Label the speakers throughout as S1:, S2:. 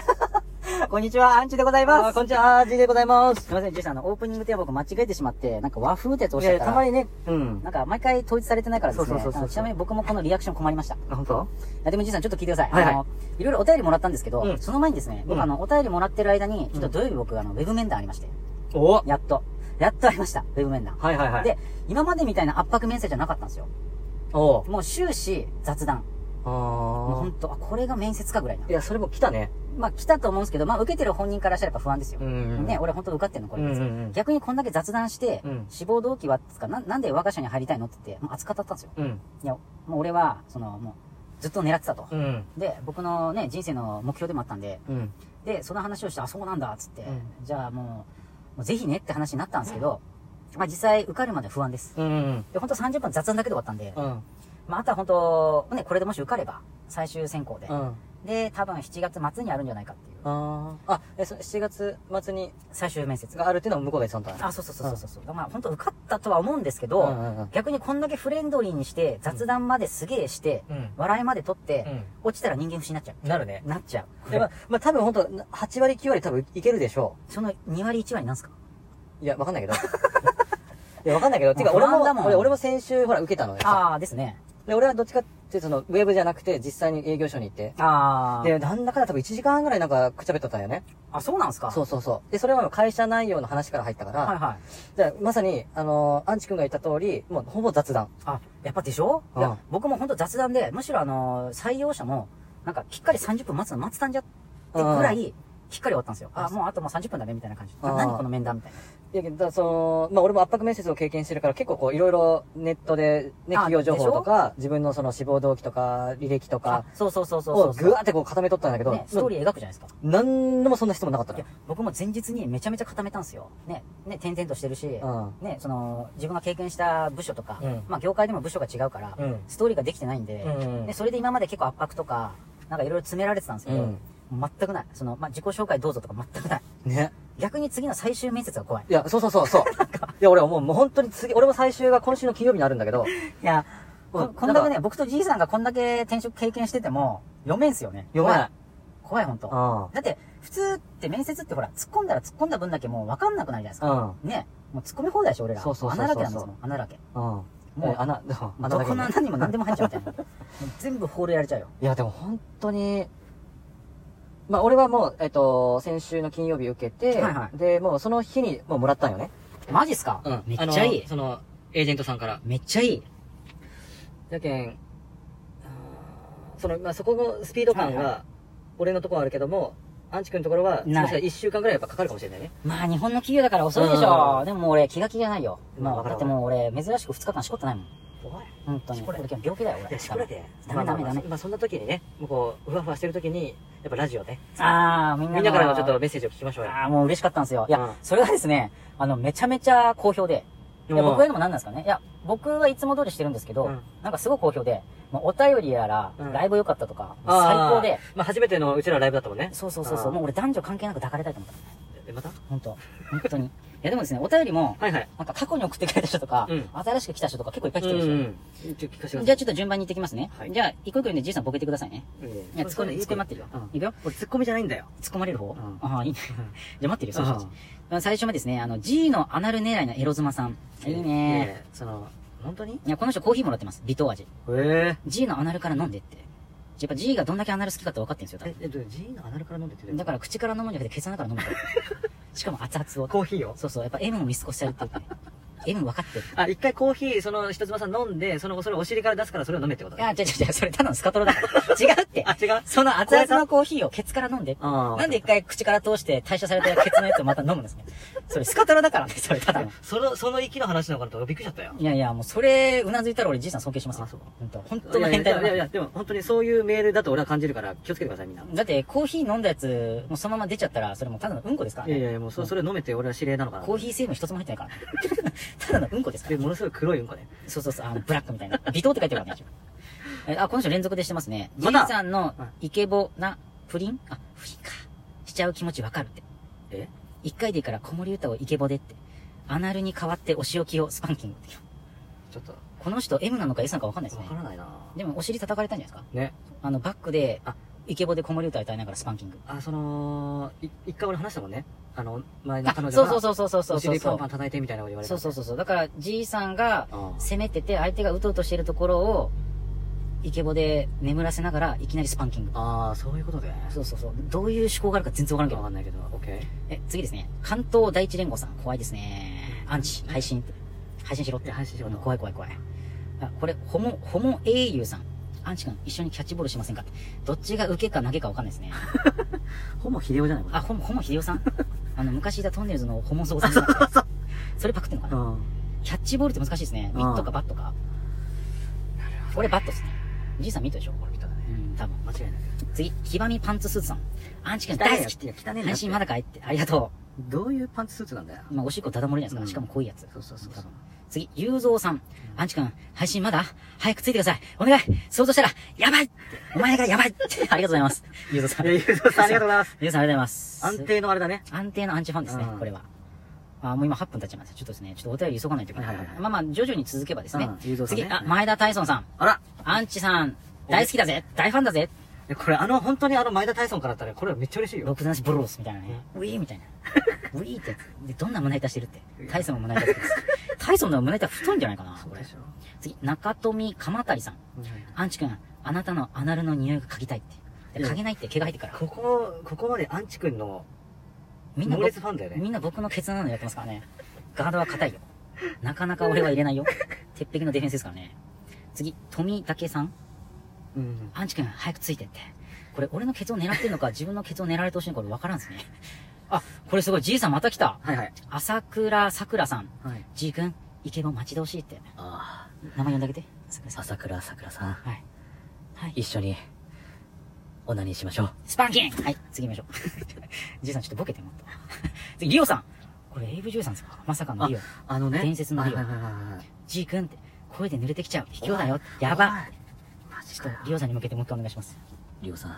S1: ん、こんにちは、アンチでございま
S2: あ
S1: す。
S2: こんにちは、G でございます。
S1: すいません、ジューさん、あの、オープニングテーマ僕間違えてしまって、なんか和風ってやつおっ
S2: い
S1: しゃ
S2: やい
S1: っ
S2: や、
S1: た
S2: た
S1: ら、
S2: まにね、うん。
S1: なんか毎回統一されてないからですね。
S2: そうそうそうそ
S1: あ
S2: う
S1: のちなみに僕もこのリアクション困りました。い
S2: あ、本当？
S1: や、でもジューさん、ちょっと聞いてください。
S2: はいはい
S1: あの、いろいろお便りもらったんですけど、
S2: うん
S1: その前にですね、僕、
S2: うん
S1: あの、お便りもらってる間に、ちょっと土曜日僕、あの、ウェブ面談ありまして、
S2: おは
S1: やっと、やっとありました、ウェブ面談。
S2: いはいはい。、
S1: で、今までみたいな圧迫面接じゃなかったんですよ。
S2: おう。
S1: もう終始雑談。もう
S2: あ
S1: ほんと、あ、これが面接かぐらいな
S2: ー。い。や、それも来たね。
S1: まあ来たと思うんですけど、まあ受けてる本人からしたらやっぱ不安ですよ。
S2: ん
S1: ね、。俺ほんと受かってんのこ
S2: う
S1: れ、
S2: んうんうん。
S1: 逆にこんだけ雑談して、
S2: うん
S1: 志望動機は、つか、ななんで我が社に入りたいのって言って、もう熱かったったんですよ。
S2: うん。
S1: いや、もう俺は、その、もう、ずっと狙ってたと。
S2: うん。
S1: で、僕のね、人生の目標でもあったんで、
S2: うん。
S1: で、その話をして、あ、そうなんだ、つって、
S2: う
S1: じゃあもう、もうぜひねって話になったんですけど、まあ実際受かるまで不安です。
S2: うん。
S1: で、ほんと30分雑談だけで終わったんで、
S2: うん。
S1: まああとはほんと、ね、これでもし受かれば、最終選考で、
S2: うん。
S1: で、多分7月末にあるんじゃないかっていう、
S2: あー。あ、え、そ7月末に、
S1: 最終面接が
S2: があるっていうのは向こうが言ってたんだね。
S1: あ、そうそうそうそうそう。うまあ、本当受かったとは思うんですけど、
S2: うんうんうん
S1: 逆にこんだけフレンドリーにして、雑談まですげえして、
S2: うん
S1: 笑いまで取って、
S2: うん
S1: 落ちたら人間不信になっちゃ
S2: なるね
S1: う。。なっちゃう。
S2: でまあ、まあ、多分ほんと、8割9割多分いけるでしょ
S1: その2割1割なんすか
S2: う。いや、わかんな いけど。いや、わかんないけど。てか、
S1: もう
S2: 俺
S1: 不安
S2: も
S1: だもん、
S2: 俺俺も先週、ほら、受けたのよ。
S1: ああ、ですね。
S2: で、俺はどっちかっていうと、その、ウェブじゃなくて、実際に営業所に行って。
S1: ああ。
S2: で、なんだかんだ多分1時間ぐらいなんかくっちゃべっとったんよね。
S1: あ、そうなんすか。
S2: そううそうそう。で、それはもう会社内容の話から入ったから、
S1: はいはい。
S2: じゃあまさに、あのーアンチ君が言った通り、もうほぼ雑談。
S1: あ、やっぱでしょ、
S2: う
S1: い
S2: ん
S1: や、僕も本当雑談で、むしろあのー採用者も、なんか、きっかり30分待つの待ってたんじゃってくらい、きっかり終わったんですよ。あ、もうあともう30分だね、みたいな感じ。
S2: あ
S1: な
S2: ー
S1: 何この面談みたい
S2: いやけど、だからその、まあ俺も圧迫面接を経験してるから、結構こう、いろいなネットで、ね、
S1: あ
S2: 企業情報とか、自分のその志望動機とか、履歴と
S1: な。あ
S2: か、、
S1: そうそうそうそうそ
S2: を
S1: う
S2: ぐわーってこう固めとったんだけど、
S1: ね、ストーリー描くじゃないですか。
S2: なんでもそんな質問なかった
S1: い
S2: の
S1: や
S2: よ。、
S1: 僕も前日にめちゃめちゃ固めたんですよ。ね、ね、転々としてるし、
S2: う
S1: ね、その、自分が経験した部署とか、
S2: うん
S1: まあ業界でも部署が違うから、
S2: うん
S1: ストーリーができてないんで、
S2: うんうん
S1: ね、それで今まで結構圧迫とか、なんかいろいろ詰められてたんですけど、
S2: うん
S1: もう全くない。その、まあ自己紹介どうぞとか全くない。
S2: ん。ね。
S1: 逆に次の最終面接が怖い。
S2: いや、そうそ うそう、そう。いや、俺はもう、もう本当に次、俺も最終が今週の金曜日にあるんだけど、
S1: いや、
S2: う
S1: こ
S2: ん
S1: こんだけ
S2: なん
S1: ね、僕とじいさんがこんだけ転職経験してても、読めんすよね。
S2: 読めない。
S1: 怖い、怖いほんと。
S2: う
S1: だって、普通って面接ってほら、突っ込んだら突っ込んだ分だけもう分かんなくなるじゃないですか。
S2: ん。うん。
S1: ね、もう突っ込み放題でしょ、俺ら。
S2: そうそうそうそう
S1: 穴だらけなんですもん、穴だらけ。
S2: うん。も
S1: もう
S2: う穴、穴
S1: ど
S2: だけ
S1: こ
S2: に
S1: の穴にも何でも入っちゃうみたいな。 もう全部ホールやれちゃうよ。
S2: いや、でも本当に、まあ俺はもう、えっと、先週の金曜日受けて、
S1: はいはい
S2: で、もうその日にもうもらったんよね。
S1: マジっすか、めっちゃいい。
S2: その、エージェントさんから。
S1: めっちゃいい。
S2: だけん、その、まあそこのスピード感
S1: はいは
S2: は、俺のところはあるけども、アンチ君のところは、
S1: ない
S2: もしかしたら1週間ぐらいやっぱかかるかもしれないね。
S1: まあ日本の企業だから遅いでしょ。
S2: う
S1: でももう俺気が気じゃないよ。
S2: まあ
S1: も
S2: わ
S1: う、
S2: か
S1: だ
S2: る
S1: ってもう俺珍しく2日間しこってないもん。
S2: 怖い。
S1: 本当に。
S2: し
S1: こ
S2: こ
S1: れ
S2: れ
S1: 今日病気だよ
S2: いや、
S1: 俺。
S2: しこれで。
S1: ダメダメダメ
S2: まあまあまあまあそんな時にね、もうこう、ふわふわしてる時に、やっぱラジオね。
S1: ああ、みんなの
S2: みんなからのちょっと。メッセージを聞きましょうよ。
S1: ああ、もう嬉しかったんですよ。いや、
S2: うん
S1: それがですね、あの、めちゃめちゃ好評で。いや、
S2: うん
S1: 僕が言うのも何なんですかね。いや、僕はいつも通りしてるんですけど、
S2: うん
S1: なんかすごい好評で、もうお便りやら、
S2: うん
S1: ライブ良かったとか、もう最
S2: あー
S1: 高で、。
S2: まあ初めてのうちらのライブだったもんね。
S1: そうそうそうそう。
S2: あー
S1: もう俺男女関係なく抱かれたいと思った。
S2: え、また
S1: 本当本当に。い やでもですね、お便りも、
S2: はいはい。
S1: なんか過去に送ってくれた人とか、
S2: うん
S1: 新しく来た人とか結構いっぱい来てるんですよ。
S2: うん。ちょっと聞かせてください。
S1: じゃあちょっと順番に言ってきますね。
S2: はい
S1: じゃあ、一個一個言うんでじいさんボケてくださいね。いや、突っ
S2: こ
S1: 込んで、突っ込み待ってるよ。いくよ。
S2: 俺、ツッコミじゃないんだよ。
S1: 突っ込まれる方、
S2: ん
S1: ああ、 いいね。じゃあ待ってるよ、そうします
S2: うん
S1: まあ最初はですね、あの、G のアナル狙いのエロ妻さん。いいね。
S2: え。その、本当に
S1: いや、この人コーヒーもらってます。微糖味。
S2: え
S1: G のアナルから飲んでって。やっぱ G がどんだけアナル好きかって分かってるんですよ、多
S2: え。え、どう G のアナルから飲んでって
S1: 分。だから口から飲むんじゃなくて、ケツの中から飲むから。しかも熱々を。
S2: コーヒーを
S1: そうそう、やっぱ M を見過ごしちゃうっていうかね。M 分かってる。
S2: あ、一回コーヒー、その、ひとつまさん飲んで、その後、それお尻から出すからそれを飲めってこと
S1: いや、違う違う違う、それただのスカトロだから。違うって。
S2: あ、違う
S1: その熱々のコーヒーをケツから飲んで。
S2: あー
S1: なんで一回口から通して代謝されたケツのやつをまた飲むんですね。それスカトロだからね、それただの。
S2: その、その息の話なのかなとびっくりしちゃったよ。
S1: いやいや、もうそれ、うなずいたら俺じいさん尊敬しますよ
S2: あそう。
S1: 本当本当の変態だ
S2: いやい
S1: な
S2: や、でも本当にそういうメールだと俺は感じるから気をつけてください、みんな。
S1: だって、コーヒー飲んだやつ、もうそのまま出ちゃったら、それもうただのうんこですから
S2: いやい
S1: ね。
S2: やいや、もうそ、それ飲めって俺は指令なのかな
S1: コ。ーヒー成分一つも入ってないから ね。ただのうんこですから
S2: で、ものすごい黒いうんこね。
S1: そうそうそう、あの、ブラックみたいな。微糖って書いてるからね。一応えあ、この人連続でしてますね。じ
S2: ま
S1: い
S2: た
S1: さんの
S2: うん
S1: イケボなプリンあ、プリンか。しちゃう気持ちわかるって。
S2: え
S1: 一回でいいから子守歌をイケボでって。アナルに代わってお仕置きをスパンキングって。
S2: ちょっと、
S1: この人 M なのか S なのかわかんないです
S2: わ
S1: ね
S2: か。らないな
S1: でもお尻叩かれたんじゃないですか
S2: ね。
S1: あの、バックで、
S2: あ、
S1: イケボで子守歌歌いながらスパンキング。
S2: あ、その、い一回俺話したもんね。あの、前の
S1: あ
S2: 彼女
S1: そう
S2: が、
S1: そうそうそうそうそう
S2: お
S1: そう
S2: 尻パンパン叩いてみたいなこと言われ
S1: そ
S2: た。
S1: うそうそうそう。だから、じいさんが
S2: ああ
S1: 攻めてて、相手が打とうとしてるところを、イケボで眠らせながら、いきなりスパンキング。
S2: ああ、そういうことで。
S1: そうそうそう。どういう思考があるか全然わからんけ
S2: わ
S1: ど
S2: か。んないけど、オッケー。
S1: え、次ですね。関東第一連合さん。怖いですね。アンチ、配信って。配信しろっ
S2: い
S1: て。
S2: や配信しろ
S1: うん
S2: と
S1: 怖い怖い怖い。あ、これ、ホモ、ホモ英雄さん。アンチ君、一緒にキャッチボールしませんかってどっちが受けか投げかわかんないですね。
S2: ほぼ秀夫じゃないこれ
S1: あ、ホモ、ホモ秀夫さ んあの、昔いたトンネルズのホモゾウさん。それパクってんのかな、
S2: うん。
S1: キャッチボールって難しいですね。
S2: うん
S1: ミットかバットか。俺バットですね。じいさんミットでしょ
S2: これ見たら
S1: う
S2: ね。
S1: ん、多分。
S2: 間違いない。
S1: 次、黄ばみパンツスーツさん。アンチ君大好きって。
S2: 汚ねえな
S1: 配信まだかいって。ありがと
S2: どういうパンツスーツなんだよ。
S1: う。まあ、おしっこダダ漏れじゃないですか。
S2: うん
S1: しかも濃いやつ。
S2: そうそうそう
S1: 多
S2: そう
S1: 分。次、ゆうぞうさん。アンチ君、配信まだ早くついてください。お願い想像したら、やばいってお前がやばいって ありがとうございます。ゆうぞうさん。
S2: いやゆうぞうさんありがとうございます。
S1: ゆうぞうさんありがとうございます。
S2: 安定のあれだね。
S1: 安定のアンチファンですね
S2: う、ん
S1: これは。あもう今8分経ちました。ちょっとですね、ちょっとお便り急がないといけない。
S2: はいはいはい
S1: まあまあ、徐々に続けばですね。
S2: うん誘導さんね
S1: 次、あ、前田大孫さん。
S2: あら
S1: アンチさん、大好きだぜ大ファンだぜ
S2: いやこれあの、本当にあの前田大孫からだったら、これめっちゃ嬉しい
S1: ロ
S2: よ。
S1: ックダンスブロースみたいなね。ウィーみたいな。ウィーってやつ。で、どんな胸板してるって。大孫も胸板してるんです。大孫の胸板太いんじゃないかな、これ。次、中富鎌谷さん。アンチ君、あなたのアナルの匂いが嗅ぎたいって。で嗅げないって毛が入ってから。
S2: ここ、ここまでアンチ君の、
S1: みんな
S2: 猛
S1: 僕
S2: 烈ファンだよね
S1: みんな僕のケツなのやってますからね。ガードは硬いよ。なかなか俺は入れないよ。鉄壁のディフェンスですからね。次、富武さん。
S2: うん。
S1: アンチ君、早くついてって。これ、俺のケツを狙ってるのか、自分のケツを狙われてほしいのか、これ分からんですね。あ、これすごい。じいさんまた来た。
S2: はいはい。
S1: 朝倉さくらさん。
S2: はい。
S1: じい君、イケボ待ち遠しいって。
S2: あ
S1: 名前呼んであげて。朝倉
S2: あ、
S1: さん。
S2: 朝倉さくらさん、
S1: はい。はい。
S2: 一緒に、オナニーしましょう。
S1: スパンキングはい、次行きましょう。 じいさんちょっとボケてもっと。 次、リオさん。これ、エイブジュさんですかまさかのリオ。
S2: あのね。
S1: 伝説のリオ
S2: はいはいはいはいはい。
S1: じいくんって、声で濡れてきちゃう。卑怯だよ。やば。
S2: おい。マジ
S1: ちょ
S2: か
S1: っ
S2: よ
S1: と、。リオさんに向けてもう一回お願いします。
S2: リオさん、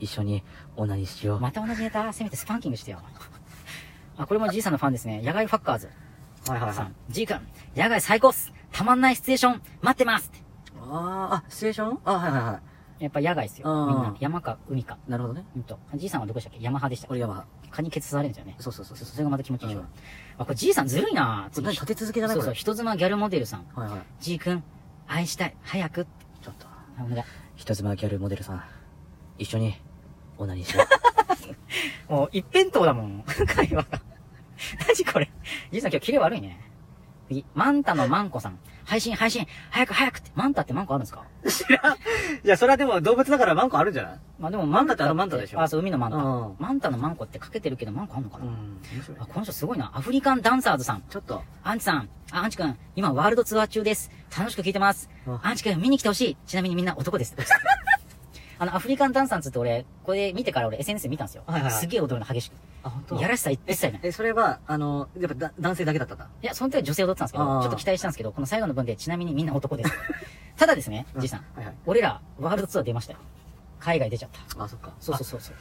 S2: 一緒にオナニーしよう。
S1: また同じネタ、せめてスパンキングしてよ。 あ、これもじいさんのファンですね。野外ファッカーズ
S2: はいはい
S1: さん。じいくん、野外最高っす。たまんないシチュエーション、待ってますって
S2: あーあ、シチュエーションあ、はいはいは
S1: やっぱ野外ですよ。
S2: うん
S1: みんな。山か海か。
S2: い。なるほどね。
S1: うんと。じいさんはどこでしたっけ山派でした。
S2: 俺ヤマハ。
S1: 蚊にケツ刺されるんですよね。
S2: そうそうそう
S1: そ
S2: そうう。
S1: それがまた気持ちいいでしょ。
S2: うん
S1: あ、これじいさんずるいなぁ
S2: これ何立て続けじゃない
S1: そう
S2: こ
S1: そう。
S2: れ。
S1: 人妻ギャルモデルさん。
S2: はいはい。
S1: じいくん、愛したい。早くって。
S2: ちょっと。
S1: あお願い。
S2: 人妻ギャルモデルさん、一緒にオナニーしよう。
S1: もう一辺倒だもん。 会話が。何これ。じいさん今日キレ悪いね。次、マンタのマンコさん。配信配信早く早くって。マンタってマンコあるんですか
S2: いや、それはでも動物だからマンコあるんじゃない
S1: まあでも
S2: マンタってあのマンタでしょ
S1: あ、そう、海のマンタ。
S2: うん
S1: マンタのマンコってかけてるけどマンコあんのかな、
S2: ん。面白い
S1: あ、この人すごいな。アフリカンダンサーズさん。
S2: ちょっと。
S1: アンチさん。あ、アンチくん。今ワールドツアー中です。楽しく聞いてます
S2: うん。
S1: アンチくん見に来てほしい。ちなみにみんな男 です。あの、アフリカンダンサーズって俺、これ見てから俺 SNS で見たんですよ。
S2: はいはいはい
S1: すげえ踊るの激し
S2: あ、
S1: く。
S2: 本
S1: やらしさ一切ない。
S2: え、それは、あの、やっぱだ男性だけだったんだ。
S1: いや、その時は女性踊ってたんですけど、ち
S2: あ
S1: ょ
S2: ー
S1: っと期待したんですけど、この最後の分でちなみにみんな男 です。ただですね、じいさん。
S2: はいはい。
S1: 俺ら、ワールドツアー出ましたよ。海外出ちゃった。
S2: あ、そっか。
S1: そうそうそうそう。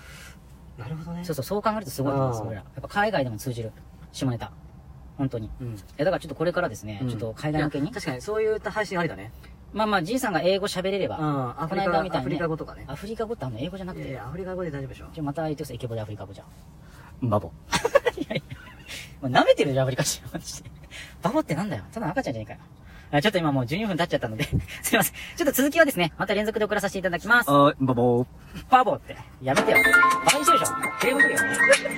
S2: う。なるほどね
S1: そうそう、そう考えるとすごいと思います、
S2: あー
S1: 俺ら。やっぱ海外でも通じる。下ネタ。本当に。い
S2: うん。
S1: や、だからちょっとこれからですね、
S2: うん
S1: ちょっと海外向け
S2: い
S1: に
S2: や。確かに、そういう配信ありだね。
S1: まあまあ、じいさんが英語喋れれ
S2: う
S1: ば、
S2: ん。アフ
S1: こ
S2: リ
S1: の
S2: カ、
S1: 間みたい
S2: ア
S1: にね
S2: フリカ語とかね。
S1: アフリカ語ってあの英語じゃなく
S2: いやい
S1: て、
S2: や、アフリカ語で大丈夫でしょ。
S1: ちょ、また言ってください、イケボでアフリカ語じゃん。
S2: バボ。
S1: まあ、舐めてるじゃん、アフリカ人。マジで バボってなんだよ。ただの赤ちゃんじゃねえかよ。あちょっと今もう12分経っちゃったので、 すいません。ちょっと続きはですね、また連続で送らさせていただきます。
S2: あ、バボ。
S1: バボって。やめてよ。バカにしてるでしょ。クレーム来るよ。